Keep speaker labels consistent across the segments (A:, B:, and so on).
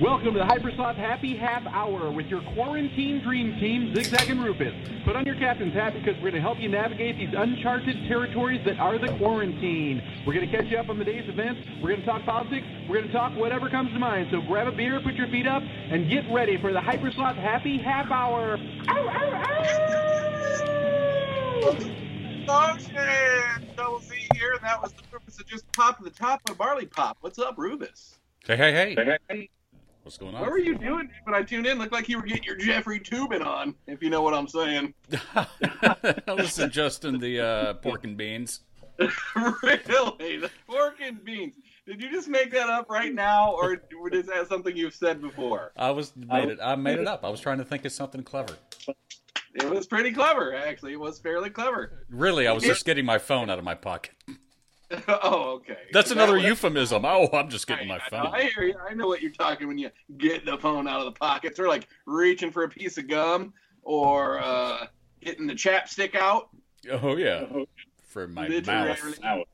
A: Welcome to the Hypersoft Happy Half Hour with your quarantine dream team, Zigzag and Rufus. Put on your captain's hat because we're going to help you navigate these uncharted territories that are the quarantine. We're going to catch you up on the day's events. We're going to talk politics. We're going to talk whatever comes to mind. So grab a beer, put your feet up, and get ready for the Hypersoft Happy Half Hour. Ow, ow,
B: ow! Motion! That was the ear, and that was the purpose of just popping the top of Barley Pop. What's up, Rufus?
C: Hey, hey, hey.
B: hey, hey.
C: What's going on?
B: What were you doing when I tuned in? Looked like you were getting your Jeffrey Tubin on, if you know what I'm saying.
C: Listen, Justin, the uh, pork and beans.
B: really? The pork and beans. Did you just make that up right now, or is that something you've said before?
C: I was made it. I made it up. I was trying to think of something clever.
B: It was pretty clever, actually. It was fairly clever.
C: Really, I was just getting my phone out of my pocket.
B: oh, okay.
C: That's another that euphemism. Oh, I'm just getting
B: I,
C: my phone.
B: I, I, hear you. I know what you're talking when you get the phone out of the pockets, or like reaching for a piece of gum, or uh, getting the chapstick out.
C: Oh yeah, for my Literally. mouth.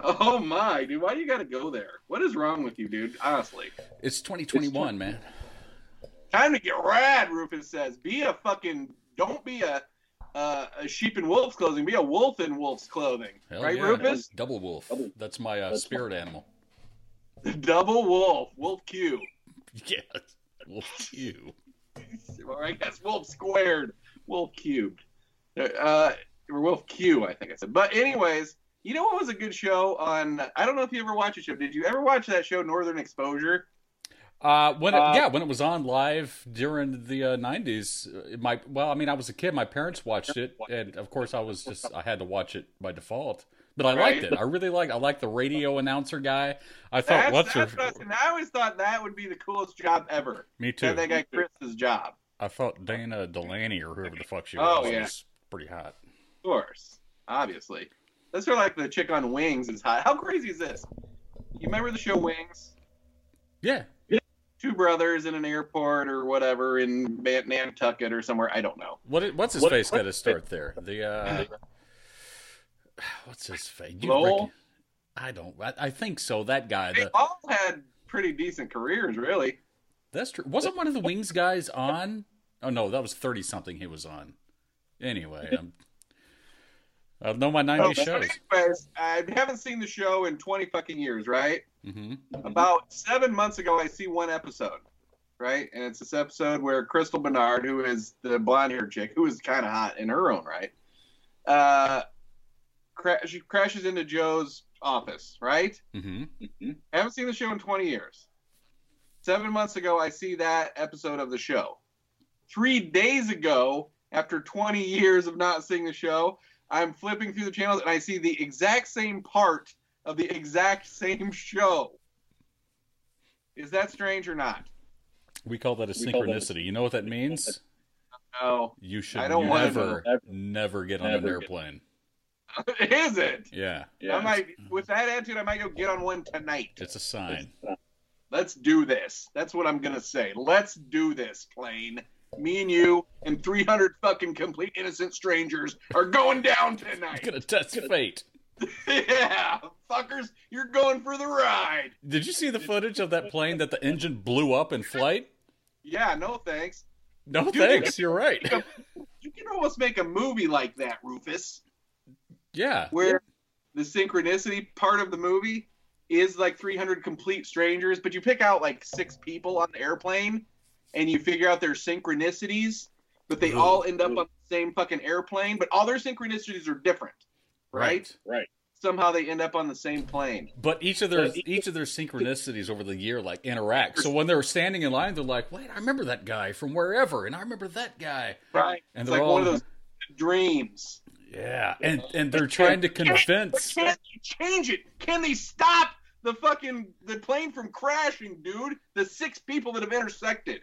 B: Oh my, dude, why you got to go there? What is wrong with you, dude? Honestly,
C: it's 2021, it's man.
B: Time to get rad, Rufus says. Be a fucking. Don't be a uh, a sheep in wolf's clothing. Be a wolf in wolf's clothing, Hell right, yeah. Rufus?
C: Double wolf. That's my uh, spirit animal.
B: Double wolf. Wolf Q.
C: Yeah, wolf Q.
B: or I guess wolf squared, wolf cubed, uh, or wolf Q. I think I said. But anyways, you know what was a good show on? I don't know if you ever watched a show. Did you ever watch that show Northern Exposure?
C: Uh, when it, uh, yeah, when it was on live during the uh, '90s, my well, I mean, I was a kid. My parents watched it, and of course, I was just I had to watch it by default. But I right? liked it. I really liked. I liked the radio announcer guy. I
B: that's,
C: thought, what's
B: that's her... what I, I, always thought that would be the coolest job ever.
C: Me too.
B: That guy Chris's job.
C: I thought Dana Delaney or whoever the fuck she was. Oh, yeah. was pretty hot.
B: Of course, obviously. That's sort of like the chick on Wings is hot. How crazy is this? You remember the show Wings?
C: Yeah
B: two brothers in an airport or whatever in Nantucket or somewhere. I don't know.
C: What what's his what, face got to start there? The uh, what's his face?
B: Lowell?
C: I don't. I, I, think so. That guy.
B: They the, all had pretty decent careers, really.
C: That's true. Wasn't one of the Wings guys on? Oh no, that was thirty something. He was on. Anyway, I'm. I know my 90s oh, shows.
B: Anyways, I haven't seen the show in 20 fucking years, right?
C: Mm-hmm.
B: About seven months ago, I see one episode, right? And it's this episode where Crystal Bernard, who is the blonde haired chick, who is kind of hot in her own right, uh, cra- she crashes into Joe's office, right?
C: Mm-hmm. Mm-hmm.
B: I haven't seen the show in 20 years. Seven months ago, I see that episode of the show. Three days ago, after 20 years of not seeing the show, I'm flipping through the channels and I see the exact same part of the exact same show. Is that strange or not?
C: We call that a we synchronicity. That a... You know what that means?
B: No.
C: You should I don't never, to... never get on never an airplane.
B: Get... Is it?
C: Yeah.
B: yeah. I might, with that attitude, I might go get on one tonight.
C: It's a sign.
B: Let's do this. That's what I'm going to say. Let's do this, plane me and you and 300 fucking complete innocent strangers are going down tonight.
C: gonna test fate.
B: yeah, fuckers, you're going for the ride.
C: Did you see the footage of that plane that the engine blew up in flight?
B: Yeah, no thanks.
C: No Dude, thanks, you are right.
B: You can almost make a movie like that, Rufus.
C: Yeah.
B: Where the synchronicity part of the movie is like 300 complete strangers, but you pick out like six people on the airplane and you figure out their synchronicities, but they Ooh. all end up Ooh. on the same fucking airplane, but all their synchronicities are different, right?
C: Right.
B: Somehow they end up on the same plane.
C: But each of their each of their synchronicities over the year like interact. So when they're standing in line, they're like, "Wait, I remember that guy from wherever, and I remember that guy."
B: Right.
C: And
B: it's they're like all... one of those dreams.
C: Yeah, and and they're trying to convince.
B: Can they change it? Can they stop the fucking the plane from crashing, dude? The six people that have intersected.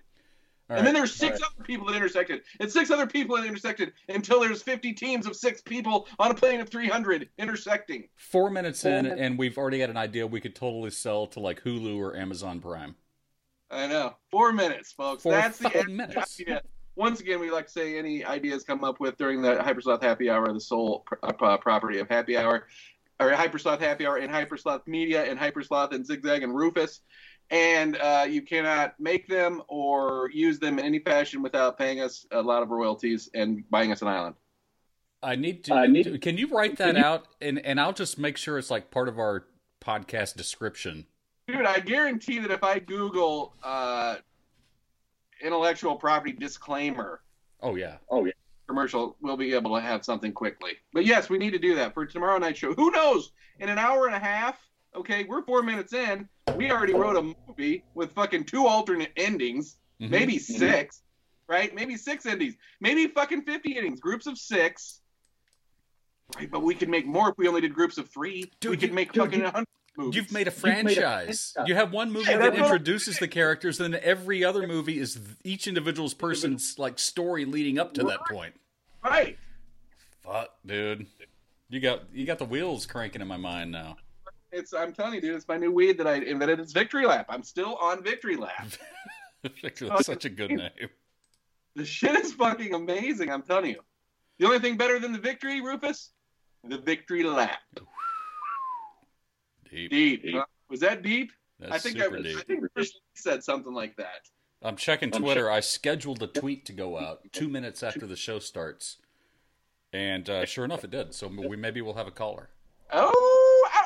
B: All and right, then there's six right. other people that intersected, and six other people that intersected until there's 50 teams of six people on a plane of 300 intersecting.
C: Four minutes in, and we've already got an idea we could totally sell to like Hulu or Amazon Prime.
B: I know. Four minutes, folks.
C: Four
B: That's
C: the end. minutes.
B: Yeah. Once again, we like to say any ideas come up with during the Hypersloth Happy Hour, the sole uh, property of Happy Hour, or Hypersloth Happy Hour and Hypersloth Media and Hypersloth and Zigzag and Rufus and uh, you cannot make them or use them in any fashion without paying us a lot of royalties and buying us an island.
C: I need to. I need, can you write that out and and I'll just make sure it's like part of our podcast description.
B: Dude, I guarantee that if I Google uh, intellectual property disclaimer,
C: Oh yeah.
B: oh yeah, commercial, we'll be able to have something quickly. But yes, we need to do that for tomorrow night show. Who knows? In an hour and a half, okay, we're four minutes in. We already wrote a movie with fucking two alternate endings,
C: Mhm.
B: maybe 6 right? Maybe six endings, maybe fucking fifty endings, groups of six. Right, but we could make more if we only did groups of three.
C: Dude,
B: we could
C: you-
B: make
D: dude,
B: fucking
D: you-
B: a hundred movies.
C: You've made a franchise.
D: franchise.
C: You have one movie
B: Yeah,
C: that
B: that's what I'm
C: introduces the characters, then every other movie is each individual's person's like story leading up to that point.
B: right.
C: Fuck, dude. You got you got the wheels cranking in my mind now.
B: It's I'm telling you, dude, it's my new weed that I invented. It's Victory Lap. I'm still on Victory Lap.
C: Victor, that's such a good name.
B: The shit is fucking amazing. I'm telling you. The only thing better than the victory, Rufus, the victory lap.
C: Deep.
B: Deep. Huh? Was that deep?
C: That's
B: I think I,
C: super
B: was, I
C: deep.
B: think Rufus said something like that.
C: I'm checking Twitter. I scheduled a tweet to go out two minutes after the show starts, and uh, sure enough, it did. So we maybe we'll have a caller.
B: Oh, ow,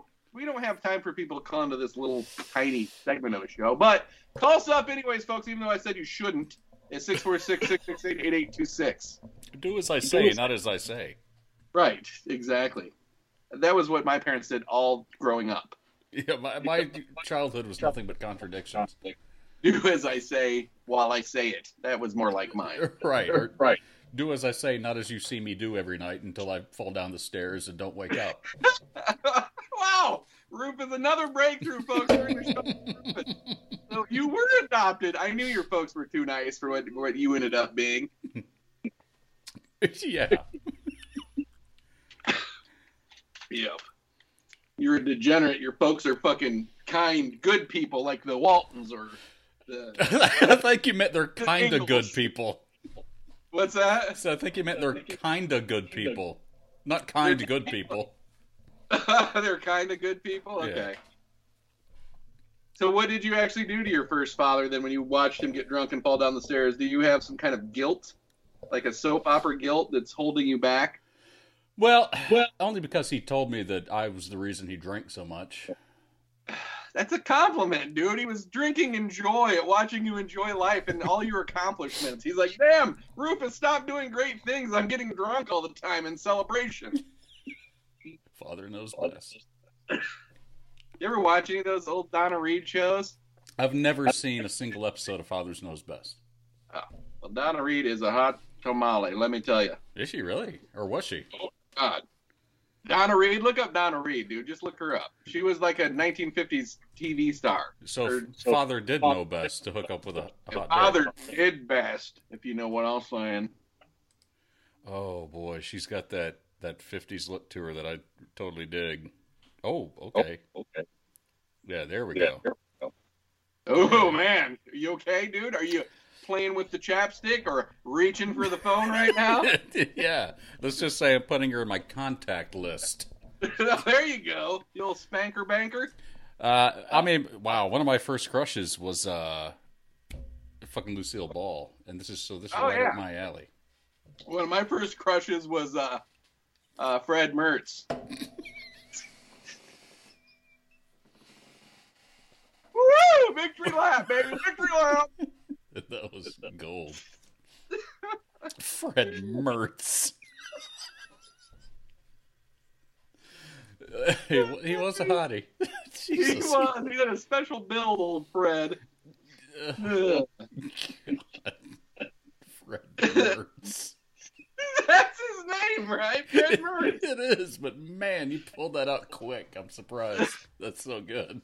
B: ow! We don't have time for people to call into this little tiny segment of a show, but call us up anyways, folks. Even though I said you shouldn't, it's six four six six six eight eight eight two six.
C: Do as I say, not as I say.
B: Right, exactly. That was what my parents did all growing up.
C: Yeah, my, my childhood was nothing but contradictions.
B: Do as I say while I say it. That was more like mine.
C: Right. Or
D: Right.
C: do as I say, not as you see me do every night until I fall down the stairs and don't wake up.
B: wow, Rufus, another breakthrough, folks. We're in your show, Rufus. So you were adopted. I knew your folks were too nice for what, what you ended up being.
C: yeah.
B: Yep. You're a degenerate. Your folks are fucking kind, good people like the Waltons or the.
C: I think you meant they're kind of good
B: English.
C: people.
B: What's that?
C: So I think you meant they're kind of good people, not kind good people.
B: They're kind of good people?
C: Yeah.
B: Okay. So, what did you actually do to your first father then when you watched him get drunk and fall down the stairs? Do you have some kind of guilt? Like a soap opera guilt that's holding you back?
C: Well, only because he told me that I was the reason he drank so much.
B: That's a compliment, dude. He was drinking in joy at watching you enjoy life and all your accomplishments. He's like, damn, Rufus, stop doing great things. I'm getting drunk all the time in celebration.
C: Father knows best.
B: You ever watch any of those old Donna Reed shows?
C: I've never seen a single episode of Father's Knows Best.
B: Well, Donna Reed is a hot tamale, let me tell you.
C: Is she really, or was she?
B: God. Donna Reed, look up Donna Reed, dude. Just look her up. She was like a 1950s TV star.
C: So
B: Or-
C: father did know best to hook up with a a hot dog.
B: Father did best, if you know what I'm saying.
C: Oh boy, she's got that that fifties look to her that I totally dig. Oh, okay.
D: Okay.
C: Yeah, there we
D: Yeah.
C: go.
B: Oh man, are you okay, dude? Are you playing with the chapstick or reaching for the phone right now?
C: yeah. Let's just say I'm putting her in my contact list.
B: there you go, you little spanker banker.
C: Uh, I mean, wow. One of my first crushes was uh, fucking Lucille Ball, and this is so this is
B: Oh,
C: right
B: yeah.
C: up my alley.
B: One of my first crushes was uh, uh, Fred Mertz. Woo! Victory lap, baby! Victory lap!
C: That was gold. Fred Mertz. he, he was a hottie.
B: He
C: Jesus.
B: was. He had a special build, old Fred. Ugh.
C: Fred Mertz.
B: That's his name, right? Fred Mertz.
C: it is, but man, you pulled that out quick. I'm surprised. That's so good.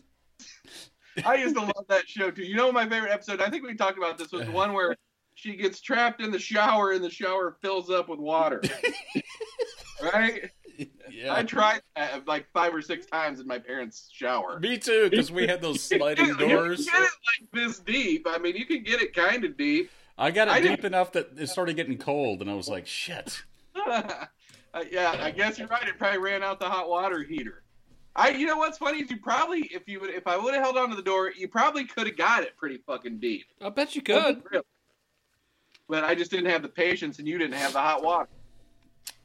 B: I used to love that show too. You know, my favorite episode. I think we talked about this was the one where she gets trapped in the shower and the shower fills up with water. right? I
C: Yeah.
B: tried that like five or six times in my parents' shower.
C: Me too, because we had those sliding
B: You can
C: doors.
B: get it like this deep. I mean, you can get it kind of deep.
C: I got
B: I
C: it
B: didn't-
C: deep enough that it started getting cold, and I was like, shit.
B: Uh, yeah, I guess you're right. It probably ran out the hot water heater. I, you know what's funny is you probably, if you would, if I would have held onto the door, you probably could have got it pretty fucking deep.
D: I bet you could.
B: But I just didn't have the patience, and you didn't have the hot water.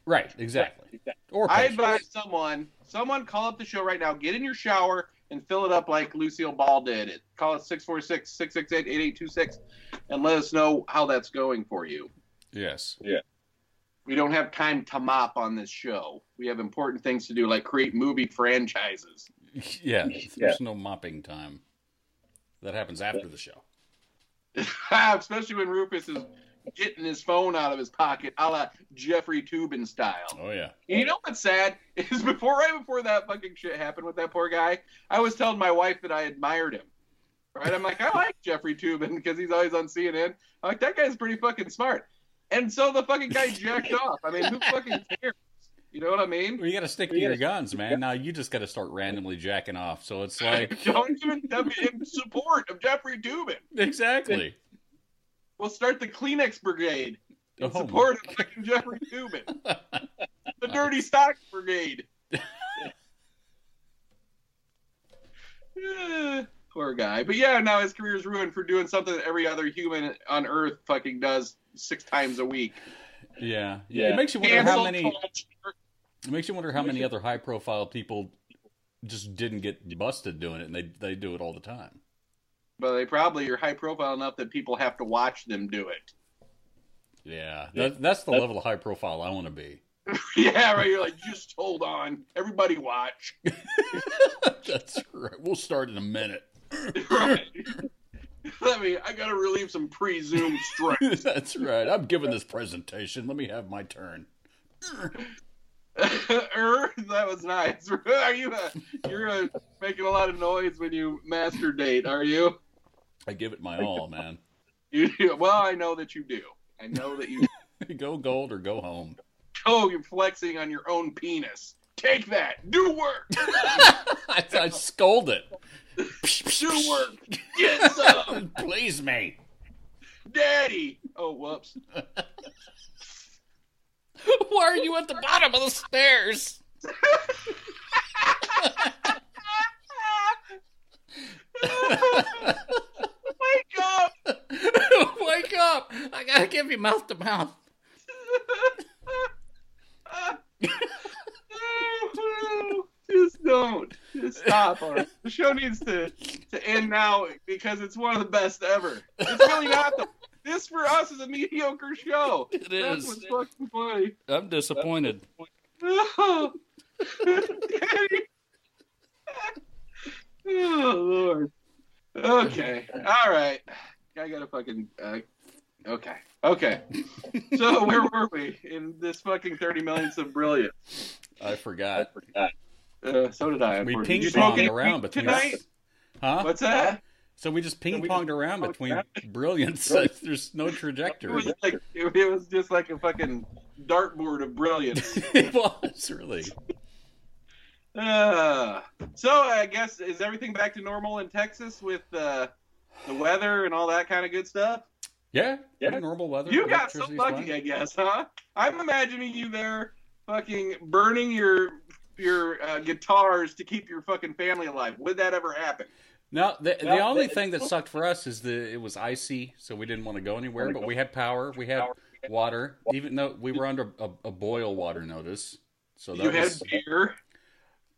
C: Right, exactly. Or
B: I
C: patience.
B: advise someone, someone call up the show right now, get in your shower and fill it up like Lucille Ball did. It, call us 646-668-8826 and let us know how that's going for you.
C: Yes.
B: We don't have time to mop on this show. We have important things to do like create movie franchises.
C: Yeah. There's no mopping time. That happens after the show.
B: Especially when Rufus is getting his phone out of his pocket a la Jeffrey Tubin style.
C: Oh yeah.
B: And you know what's sad is before right before that fucking shit happened with that poor guy, I was telling my wife that I admired him. Right? I'm like, I like Jeffrey Tubin because he's always on CNN. I'm like, that guy's pretty fucking smart. And so the fucking guy jacked off. I mean, who fucking cares? You know what I mean?
C: Well, you got to stick to your guns, man. Now you just got to start randomly jacking off. So it's like
B: Don't even be in support of Jeffrey Tubin.
C: exactly.
B: We'll start the Kleenex Brigade in
C: Oh,
B: support of fucking Jeffrey Tubin. the Dirty Stock Brigade. Eh, Poor guy. But yeah, now his career's ruined for doing something that every other human on Earth fucking does six times a week.
C: Yeah.
D: Yeah.
C: It makes you wonder how
B: Cancel
C: many.
B: culture.
C: It makes you wonder how many other high-profile people just didn't get busted doing it, and they they do it all the time.
B: But they probably are high profile enough that people have to watch them do it.
C: Yeah. That, that's the level of high profile I want to be.
B: yeah, right. You're like, just hold on. Everybody watch.
C: that's right. We'll start in a minute.
B: Right. Let me. I gotta relieve some pre-Zoom stress.
C: that's right. I'm giving this presentation. Let me have my turn.
B: er, that was nice. Are you? uh you're uh making a lot of noise when you masturbate. Are you?
C: I give it my all, man.
B: You do. Well, I know that you do. I know that you.
C: go gold or go home.
B: Oh, you're flexing on your own penis. Take that. Do work.
C: I, I scold it.
B: Do work. Get some,
C: Please me.
B: daddy. Oh, whoops.
C: Why are you at the bottom of the stairs?
B: Ah. Oh, Wake up.
C: Wake up! I gotta give you mouth to mouth.
B: Just don't. Just stop. All right. The show needs to, to end now because it's one of the best ever. It's really not the. This for us is a mediocre show.
C: It
B: That's what's
C: is.
B: fucking funny.
C: I'm disappointed.
B: oh lord. Okay. All right. I gotta fucking. Uh, okay. Okay. so where were we in this fucking thirty million of brilliant?
C: I forgot.
B: Uh, so did I.
C: We
B: unfortunately.
C: ping
B: Did you smoke
C: ponged
B: any
C: around
B: weed
C: between
B: tonight.
C: Huh?
B: What's that?
C: So we just ping
B: we
C: ponged around between brilliance. There's no
B: It was
C: trajectory.
B: like it, was just like a fucking dartboard of brilliance.
C: it was really.
B: uh, so I guess is everything back to normal in Texas with uh, the weather and all that kind of good stuff?
C: Yeah.
D: Yeah.
C: pretty Normal weather.
B: You got so
C: Electricity's
B: lucky,
C: fine.
B: I guess, huh? I'm imagining you there, fucking burning your your uh, guitars to keep your fucking family alive. Would that ever happen?
C: No, the, the only thing that sucked for us is that it was icy, so we didn't want to go anywhere. But we had power, we had water, even though we were under a, a boil water notice. So that
B: you had
C: was
B: beer,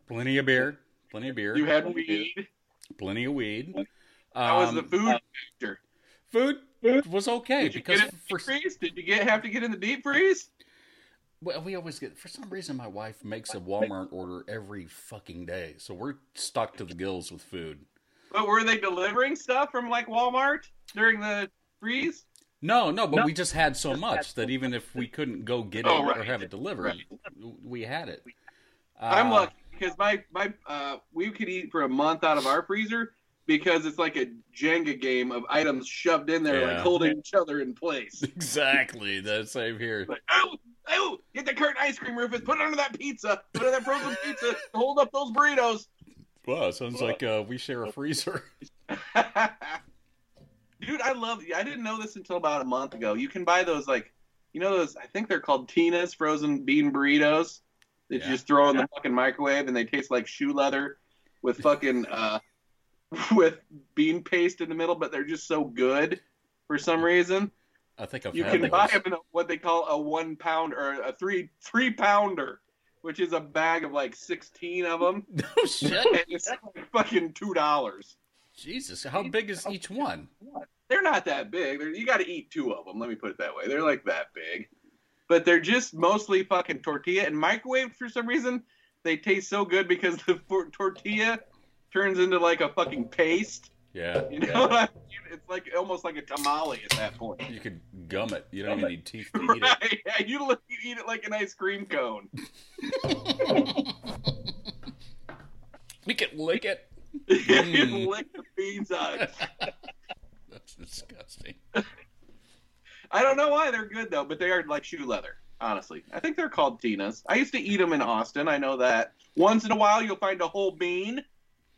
C: plenty of beer, plenty of beer,
B: you had weed.
C: plenty of weed.
B: How was the
C: Um,
B: food?
C: food? was okay
B: Did you
C: because
B: get in the
C: for
B: deep freeze? Did you get have to get in the deep freeze?
C: well, we always get for some reason my wife makes a Walmart order every fucking day, so we're stuck to the gills with food.
B: But were they delivering stuff from like Walmart during the freeze?
C: No, no, but we just had so much that even if we couldn't go get it
B: Oh, right.
C: or have it delivered,
B: Right.
C: we had it.
B: I'm
C: Uh,
B: lucky because my my uh, we could eat for a month out of our freezer because it's like a Jenga game of items shoved in there, like
C: Yeah.
B: holding each other in place.
C: Exactly. The same here.
B: Like, oh, oh, get the curtain ice cream, Rufus. Put it under that pizza. Put it under that frozen pizza. Hold up those burritos.
C: Wow, sounds like uh, we share a freezer.
B: Dude, I love. I didn't know this until about a month ago. You can buy those like, you know those. I think they're called Tina's frozen bean burritos. that you just throw in the fucking microwave and they taste like shoe leather with fucking uh, with bean paste in the middle, but they're just so good for some reason.
C: I think I've
B: You
C: had
B: can
C: those.
B: buy them in a, what they call a one pound or a three three pounder, which is a bag of like sixteen of them,
C: No shit.
B: and it's like fucking two dollars.
C: Jesus, how big is each one?
B: They're not that big. They're, you got to eat two of them. Let me put it that way. They're like that big, but they're just mostly fucking tortilla and microwaved for some reason. They taste so good because the for- tortilla turns into like a fucking paste.
C: Yeah,
B: You know what I mean? It's like almost like a tamale at that point.
C: you could gum it. You don't even need teeth to eat it.
B: Right? Yeah, you, look, you eat it like an ice cream cone.
C: You can lick it.
B: you lick the beans out.
C: That's disgusting.
B: I don't know why they're good though, but they are like shoe leather. Honestly, I think they're called Tina's. I used to eat them in Austin. I know that. Once in a while, you'll find a whole bean.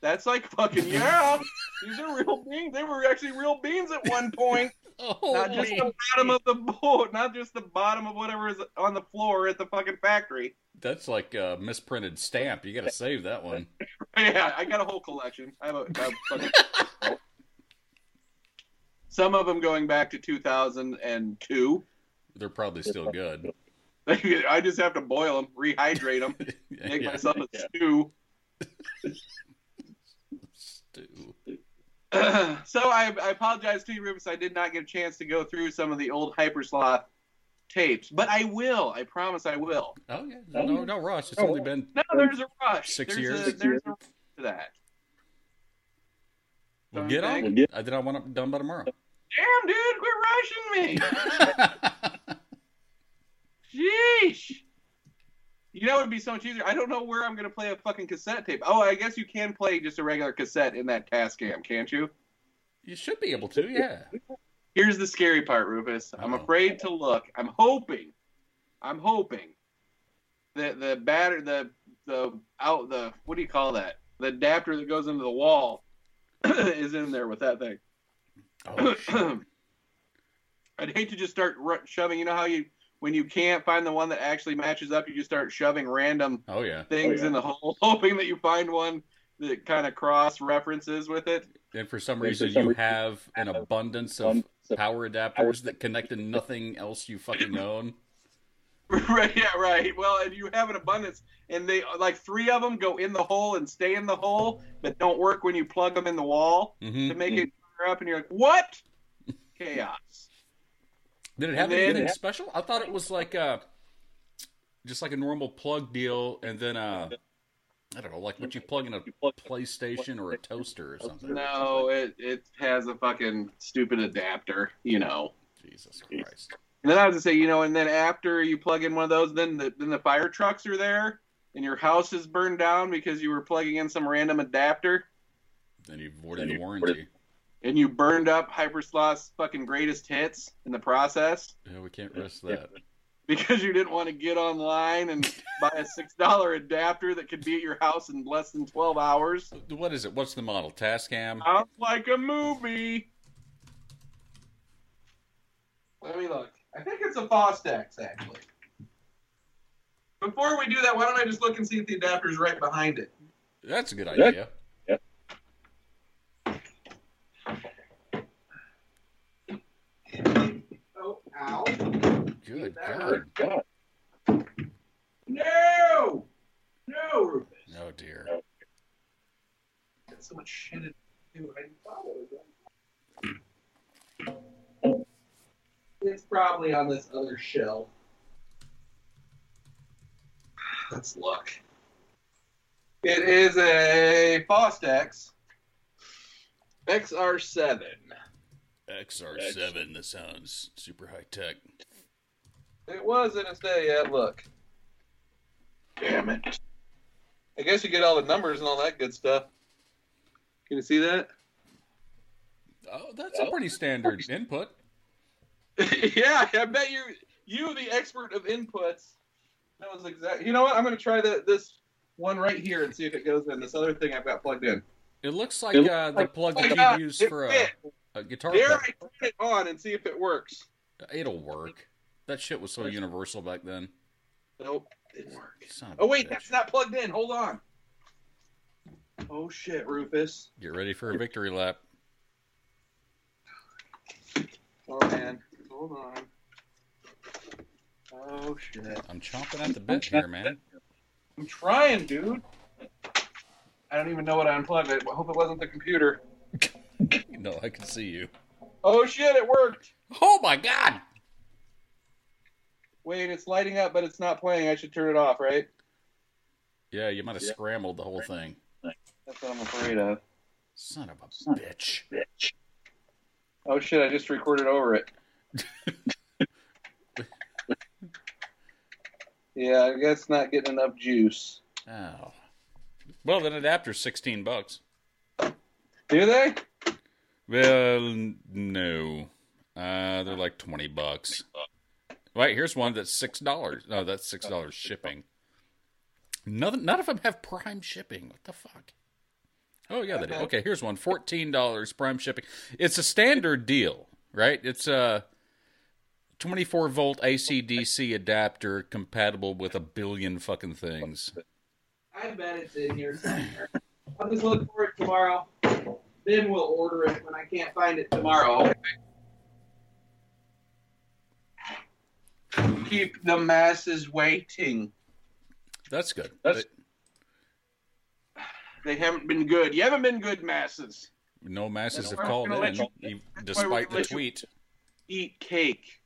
B: That's like fucking yeah. These are real beans. They were actually real beans at one point.
C: Oh,
B: Not just the bottom of the boat. Not just the bottom of whatever is on the floor at the fucking factory.
C: that's like a misprinted stamp. You got to save that one.
B: Yeah, I got a whole collection. I have a, a fucking. Some of them going back to 2002.
C: They're probably still good.
B: I just have to boil them, rehydrate them, make
C: yeah.
B: myself a stew.
C: Stew.
B: so I, I apologize to you, Rufus. I did not get a chance to go through some of the old Hypersloth tapes, but I will. I promise I will.
C: Oh yeah, Oh, no, no rush. It's only been
B: No, there's a rush.
C: Six
B: there's
C: years?
B: A,
C: Six
B: there's a rush to that.
C: well, get
B: Don't you
C: on.
B: think?
C: I did. I want it done by tomorrow.
B: Damn, dude, quit rushing me. Sheesh. You know, it would be so much easier. I don't know where I'm going to play a fucking cassette tape. Oh, I guess you can play just a regular cassette in that Tascam, can't you?
C: you should be able to. Yeah.
B: Here's the scary part, Rufus. I'm
C: Uh-oh.
B: afraid to look. I'm hoping, I'm hoping that the batter, the the out the what do you call that? The adapter that goes into the wall is in there with that thing.
C: Oh, shit.
B: I'd hate to just start ru- shoving. You know how you when you can't find the one that actually matches up, you just start shoving random
C: oh yeah.
B: things in the hole, hoping that you find one that kind of cross references with it.
C: And for some reason, you have an abundance of power adapters that connect to nothing else you fucking own.
B: Right, yeah, right. Well, if you have an abundance, and they like three of them go in the hole and stay in the hole, but don't work when you plug them in the wall
C: hmm
B: to make it clear up, and you're like, what? Chaos.
C: Did it have
B: Then-
C: anything special? I thought it was like a, just like a normal plug deal, and then uh, I don't know, like what you plug in a PlayStation or a toaster or something.
B: No, it it has a fucking stupid adapter, you know.
C: Jesus Christ.
B: And then I was to say, you know, and then after you plug in one of those, then the then the fire trucks are there, and your house is burned down because you were plugging in some random adapter,
C: Then you voided the warranty.
B: and you burned up Hypersloth's fucking greatest hits in the process.
C: Yeah, we can't risk that.
B: because you didn't want to get online and buy a six dollar adapter that could be at your house in less than twelve hours.
C: What is it? What's the model? Tascam.
B: Sounds like a movie. Let me look. I think it's a Fostex actually. Before we do that, why don't I just look and see if the adapter's right behind it?
C: That's a good idea.
B: Oh, ow.
C: Good God.
B: No! No, Rufus.
C: Oh dear.
B: Got so much shit to do. I didn't follow it. It's probably on this other shelf. Let's look. It is a Fostex XR7.
C: XR7. That sounds super high tech.
B: It was in its day, yeah, look. Damn it. I guess you get all the numbers and all that good stuff. Can you see that?
C: Oh, that's a pretty standard input.
B: yeah, I bet you you the expert of inputs knows exactly. You know what? I'm going to try the, this one right here and see if it goes in. This other thing I've got plugged in.
C: It looks like
B: It looks
C: uh, the plug
B: Oh,
C: that
B: God,
C: you use
B: it
C: for a,
B: fit.
C: a guitar.
B: Dare
C: pedal.
B: I turn it on and see if it works?
C: It'll work. That shit was so universal back then.
B: Nope. didn't work. Oh wait, bitch. that's not plugged in. Hold on. Oh shit, Rufus.
C: Get ready for a victory lap.
B: Oh man, hold on. Oh shit.
C: I'm chomping at the bit here, man.
B: I'm trying, dude. I don't even know what I unplugged. I hope it wasn't the computer.
C: no, I can see you.
B: Oh shit, it worked.
C: Oh my god.
B: Wait, it's lighting up, but it's not playing. I should turn it off, right?
C: Yeah, you might have yeah. scrambled the whole thing.
B: That's what I'm afraid of.
C: Son of a Son bitch. Of a bitch.
B: Oh shit, I just recorded over it. yeah, I guess not getting enough juice.
C: Oh. Well, then adapter's 16 bucks.
B: Do they?
C: Well, no. Uh, they're like 20 bucks. Right, here's one that's $6. No, that's $6 shipping. None, none of them have prime shipping. What the fuck? Oh yeah, they do. Okay, here's one. Fourteen dollars prime shipping. It's a standard deal, right? It's a 24 volt AC DC adapter compatible with a billion fucking things.
D: I bet it's in here somewhere. I'll just look for it tomorrow. Then we'll order it when I can't find it tomorrow.
B: Keep the masses waiting.
C: That's good.
B: That's- they haven't been good. You haven't been good, masses.
C: No masses have called in, you, despite the tweet.
B: Eat cake.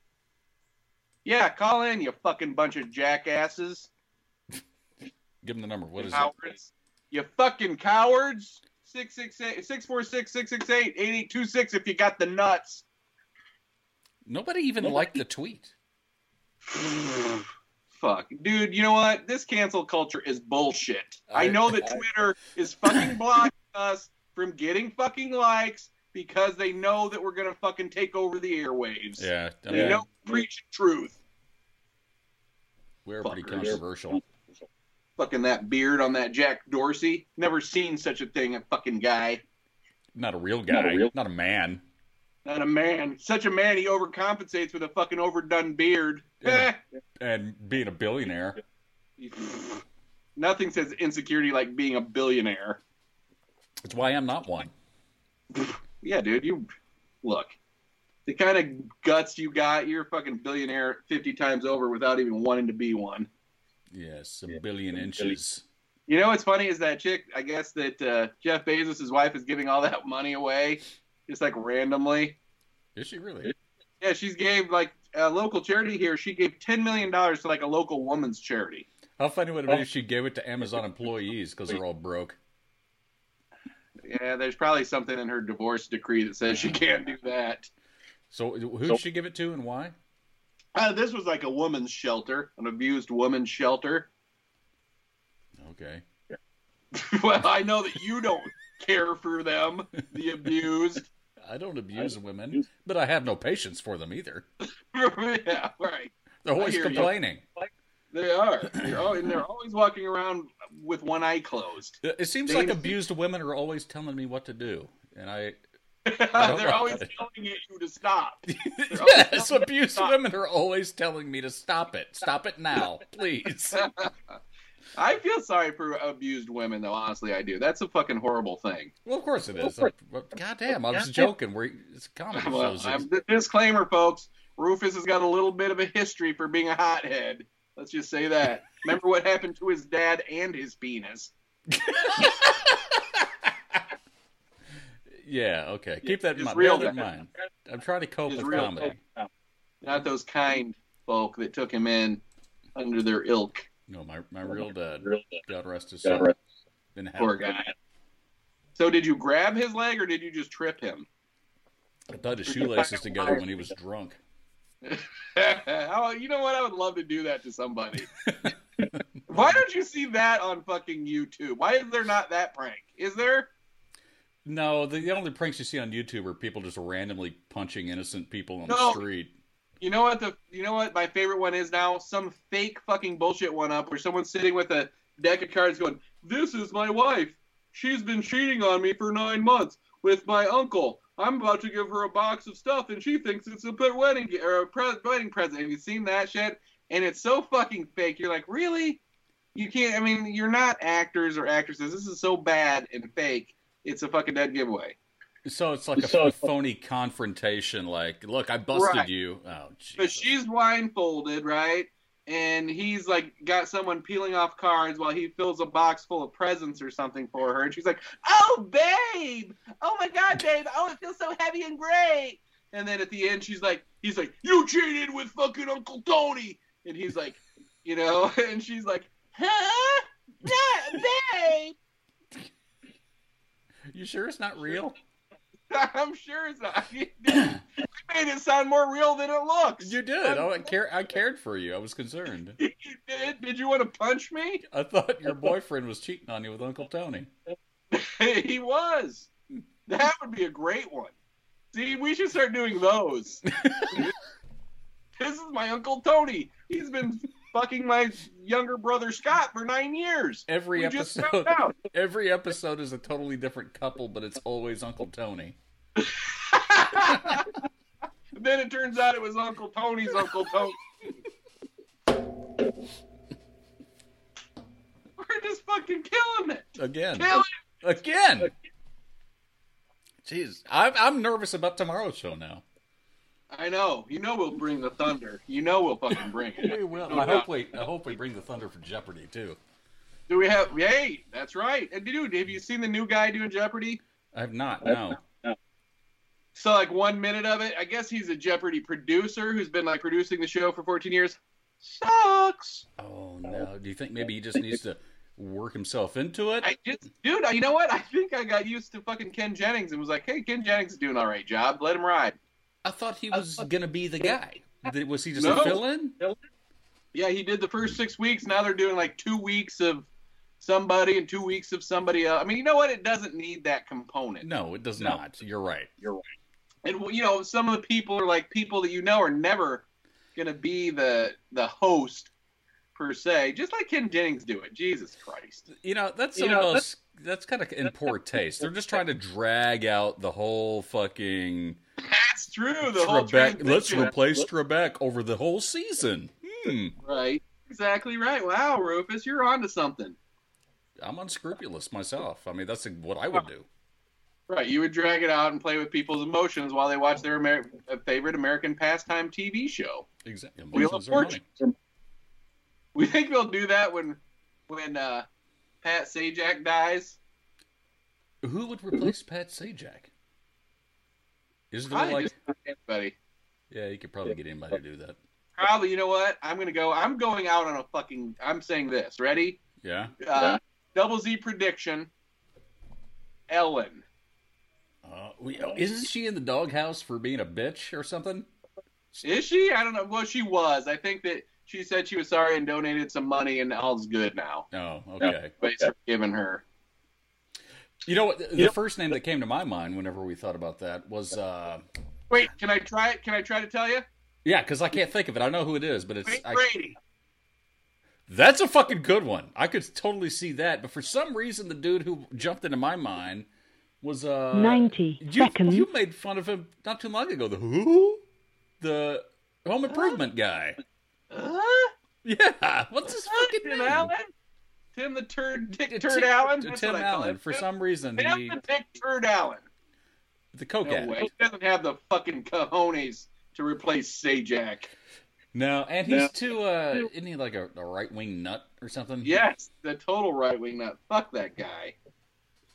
B: Yeah, call in, you fucking bunch of jackasses.
C: Give them the number. What is
B: cowards. it? You fucking cowards. 646-668-8826 if you got the nuts.
C: Nobody even Nobody. liked the tweet.
B: fuck. Dude, you know what? This cancel culture is bullshit. I, I know that I, Twitter is fucking blocking us from getting fucking likes because they know that we're going to fucking take over the airwaves.
C: Yeah.
B: I mean, they know preach truth.
C: We're Fuckers. pretty controversial.
B: Fucking that beard on that Jack Dorsey. Never seen such a thing, a fucking guy.
C: Not a real guy. Not a, real... Not a man.
B: Not a man. Such a man, he overcompensates with a fucking overdone beard.
C: And, and, being a billionaire.
B: Nothing says insecurity like being a billionaire.
C: That's why I'm not one.
B: Yeah, dude, you look. The kind of guts you got, you're a fucking billionaire 50 times over without even wanting to be one.
C: Yes, a billion yeah. inches.
B: You know what's funny is that chick, I guess that uh, Jeff Bezos' wife is giving all that money away just like randomly.
C: Is she really?
B: Yeah, she's gave like a local charity here. She gave ten million dollars to like a local woman's charity.
C: How funny would it be if she gave it to Amazon employees because they're all broke?
B: Yeah, there's probably something in her divorce decree that says she can't do that.
C: So who did so, she give it to and why?
B: Uh, this was like a woman's shelter, an abused woman's shelter.
C: Okay.
B: well, I know that you don't care for them, the abused.
C: I don't abuse I, women, but I have no patience for them either.
B: yeah, right.
C: They're always complaining. You.
B: They are. They're always, they're always walking around with one eye closed.
C: It seems they, like abused women are always telling me what to do, and I.
B: I they're always it. telling you to stop.
C: yes, abused women are always telling me to stop it. Stop it now, please.
B: I feel sorry for abused women, though. Honestly, I do. That's a fucking horrible thing.
C: Well, of course it is. I, God damn, I was joking. We're it's comedy. Well,
B: disclaimer, folks. Rufus has got a little bit of a history for being a hothead. Let's just say that. Remember what happened to his dad and his penis.
C: yeah. Okay. Keep that in mind. Real in mind. I'm trying to cope his with comedy. Folk.
B: Not those kind folk that took him in under their ilk.
C: No, my, my real dad. Real dad. God rest his soul. Been
B: Poor guy. So did you grab his leg or did you just trip him?
C: I tied his shoelaces together when he was drunk.
B: oh, you know what? I would love to do that to somebody. Why don't you see that on fucking YouTube? Why is there not that prank? Is there?
C: No, the, the only pranks you see on YouTube are people just randomly punching innocent people on no. the street.
B: You know what the you know what my favorite one is now? Some fake fucking bullshit one up where someone's sitting with a deck of cards going, This is my wife. She's been cheating on me for nine months with my uncle. I'm about to give her a box of stuff and she thinks it's a wedding or a pre- wedding present. Have you seen that shit? and it's so fucking fake. You're like, really? You can't. I mean, you're not actors or actresses. This is so bad and fake. It's a fucking dead giveaway.
C: So it's like a phony confrontation. Like, look, I busted
B: Right.
C: you. Oh, Jesus.
B: But she's blindfolded, right? And he's like got someone peeling off cards while he fills a box full of presents or something for her. And she's like, "Oh, babe! Oh my God, babe! Oh, it feels so heavy and great." And then at the end, she's like, "He's like, you cheated with fucking Uncle Tony." And he's like, you know, and she's like, "Huh? No, babe."
C: you sure it's not real?
B: I'm sure it's not. You made it sound more real than it looks.
C: You did. I, I care. I cared for you. I was concerned.
B: You did. Did you want to punch me?
C: I thought your boyfriend was cheating on you with Uncle Tony.
B: he was. That would be a great one. See, we should start doing those. this is my uncle Tony. He's been fucking my younger brother Scott for nine years.
C: Every
B: we just
C: episode,
B: found out.
C: every episode is a totally different couple, but it's always Uncle Tony.
B: then it turns out it was Uncle Tony's Uncle Tony. We're just fucking killing it.
C: Again,
B: Killing
C: again. Jeez, I'm I'm nervous about tomorrow's show now.
B: I know. You know we'll bring the thunder. You know we'll fucking bring it.
C: We will. I hope we I hope we bring the thunder for Jeopardy too.
B: Do we have? Hey, that's right. And dude, have you seen the new guy doing Jeopardy?
C: I have not. No.
B: So like one minute of it, I guess he's a Jeopardy producer who's been like producing the show for 14 years. Sucks.
C: Oh no. Do you think maybe he just needs to work himself into it?
B: I just, dude, I- you know what? I think I got used to fucking Ken Jennings and was like, hey, Ken Jennings is doing all right, job. Let him ride.
C: I thought he was gonna be the guy. Did- Was he just
B: No.
C: a fill-in?
B: Yeah, he did the first six weeks. Now they're doing like two weeks of somebody and two weeks of somebody else. I mean, you know what? It doesn't need that component.
C: No, it does
B: No.
C: not. You're right.
B: and you know some of the people are like people that you know are never gonna be the the host per se just like ken jennings do it jesus christ
C: You know, that's
B: You
C: some
B: know,
C: of those. That's kind of in poor taste. They're just trying to drag out the whole fucking
B: that's true the whole
C: Trebek. Let's
B: transition.
C: replace Trebek over the whole season. Hmm.
B: right exactly right wow rufus you're onto something
C: I'm unscrupulous myself. I mean, that's what I would do.
B: right you would drag it out and play with people's emotions while they watch their Amer- uh, favorite american pastime tv show
C: Exactly.
B: Wheel of Fortune. we think they'll do that when when uh pat sajak dies
C: Who would
B: Mm-hmm.
C: replace Pat Sajak? Is there
B: Probably
C: like?
B: just anybody
C: Yeah, you could probably get anybody to do that.
B: Probably, you know what? I'm gonna go. I'm going out on a fucking. I'm saying this. Ready?
C: Yeah.
B: Uh, double Z prediction. Ellen.
C: Uh, we, oh, isn't she in the doghouse for being a bitch or something?
B: Is she? I don't know. Well, she was. I think that she said she was sorry and donated some money, and all's good now.
C: Oh, okay.
B: Thanks for giving her.
C: You know what? The first name that came to my mind whenever we thought about that was, uh,
B: Wait, can I try it? Can I try to tell you?
C: yeah, because I can't think of it. I know who it is, but it's
B: Wait,
C: I,
B: Brady.
C: that's a fucking good one. I could totally see that, but for some reason, the dude who jumped into my mind was uh,
E: 90
C: you,
E: seconds.
C: You made fun of him not too long ago. The who? The Home Improvement guy.
B: Huh?
C: Yeah. What's his fucking
B: Tim
C: name?
B: Allen. Tim the turd. Dick
C: Tim-
B: turd Allen. That's
C: Tim
B: what I call
C: Allen.
B: him.
C: For some reason,
B: Tim
C: he
B: the Dick turd Allen.
C: the coke
B: No
C: addict.
B: way. He doesn't have the fucking cojones to replace Sajak.
C: No, and he's too uh isn't he like a, a right wing nut or something?
B: Yes, the total right wing nut. Fuck that guy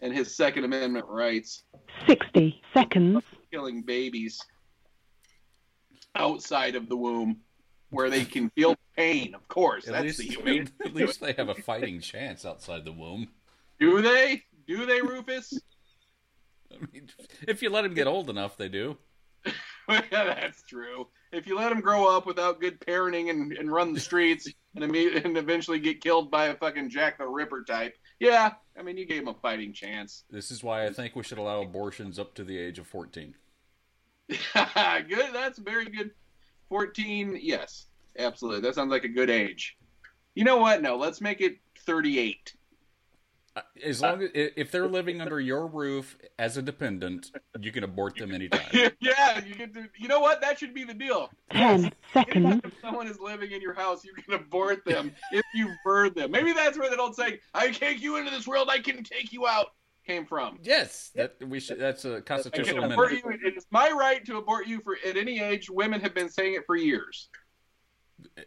B: and his Second Amendment rights,
E: 60 seconds,
B: killing babies outside of the womb where they can feel pain. Of course,
C: At
B: that's
C: least,
B: the humane.
C: at least they have a fighting chance outside the womb.
B: Do they? Do they, Rufus?
C: I mean, if you let him get old enough, they do.
B: that's true. If you let them grow up without good parenting and, and run the streets and, imme- and eventually get killed by a fucking Jack the Ripper type, yeah, I mean, you gave him a fighting chance.
C: This is why I think we should allow abortions up to the age of 14.
B: good. That's very good. Fourteen. Yes, absolutely. That sounds like a good age. You know what? No, let's make it thirty-eight.
C: Uh, As long as if they're living under your roof as a dependent, you can abort them anytime.
B: yeah, you can do. You know what? That should be the deal.
E: 10
B: Anytime
E: seconds,
B: someone is living in your house, you can abort them if you bird them. Maybe that's where that old saying "I take you into this world, I can take you out" came from.
C: Yes, that we should. That's a
B: I can
C: constitutional
B: abort
C: amendment.
B: you. It is my right to abort you for at any age. Women have been saying it for years.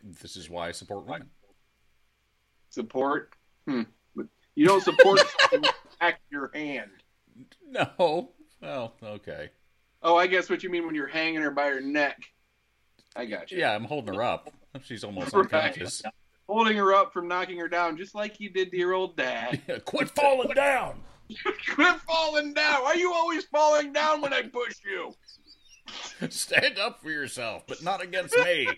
C: This is why I support women.
B: Support. Hmm. But You don't support something with the back of your hand.
C: No. Well, okay.
B: Oh, I guess what you mean when you're hanging her by her neck. I got you.
C: Yeah, I'm holding her up. She's almost
B: Right.
C: unconscious.
B: Holding her up from knocking her down, just like you did to your old dad.
C: Yeah, quit falling down.
B: Quit falling down. Why are you always falling down when I push you?
C: Stand up for yourself, but not against me.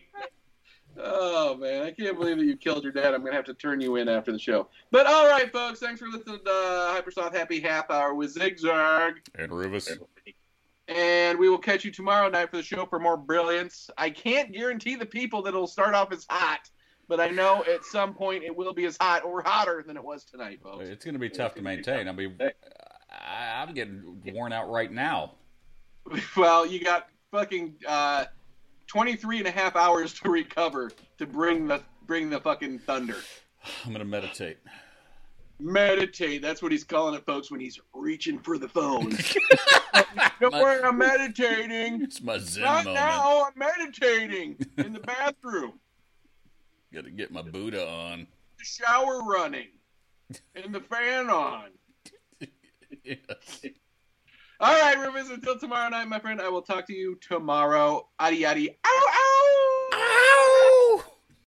B: Oh man, I can't believe that you killed your dad. I'm gonna have to turn you in after the show. But all right, folks, thanks for listening to uh, Hypersoft Happy Half Hour with Zigzag,
C: And Rufus,
B: and we will catch you tomorrow night for the show for more brilliance. I can't guarantee the people that it'll start off as hot, but I know at some point it will be as hot or hotter than it was tonight, folks.
C: it's going to be tough to maintain. I mean, I, I'm getting worn out right now.
B: Well, you got fucking uh, 23 and a half hours to recover to bring the bring the fucking thunder.
C: I'm going to meditate.
B: Meditate. That's what he's calling it, folks, when he's reaching for the phone. Don't worry, I'm meditating.
C: It's my Zen
B: Right
C: moment.
B: now, I'm meditating in the bathroom,
C: Got to get my Buddha on.
B: the shower running, and the fan on. All right, Rufus, until tomorrow night, my friend, I will talk to you tomorrow. Adi, adi, ow,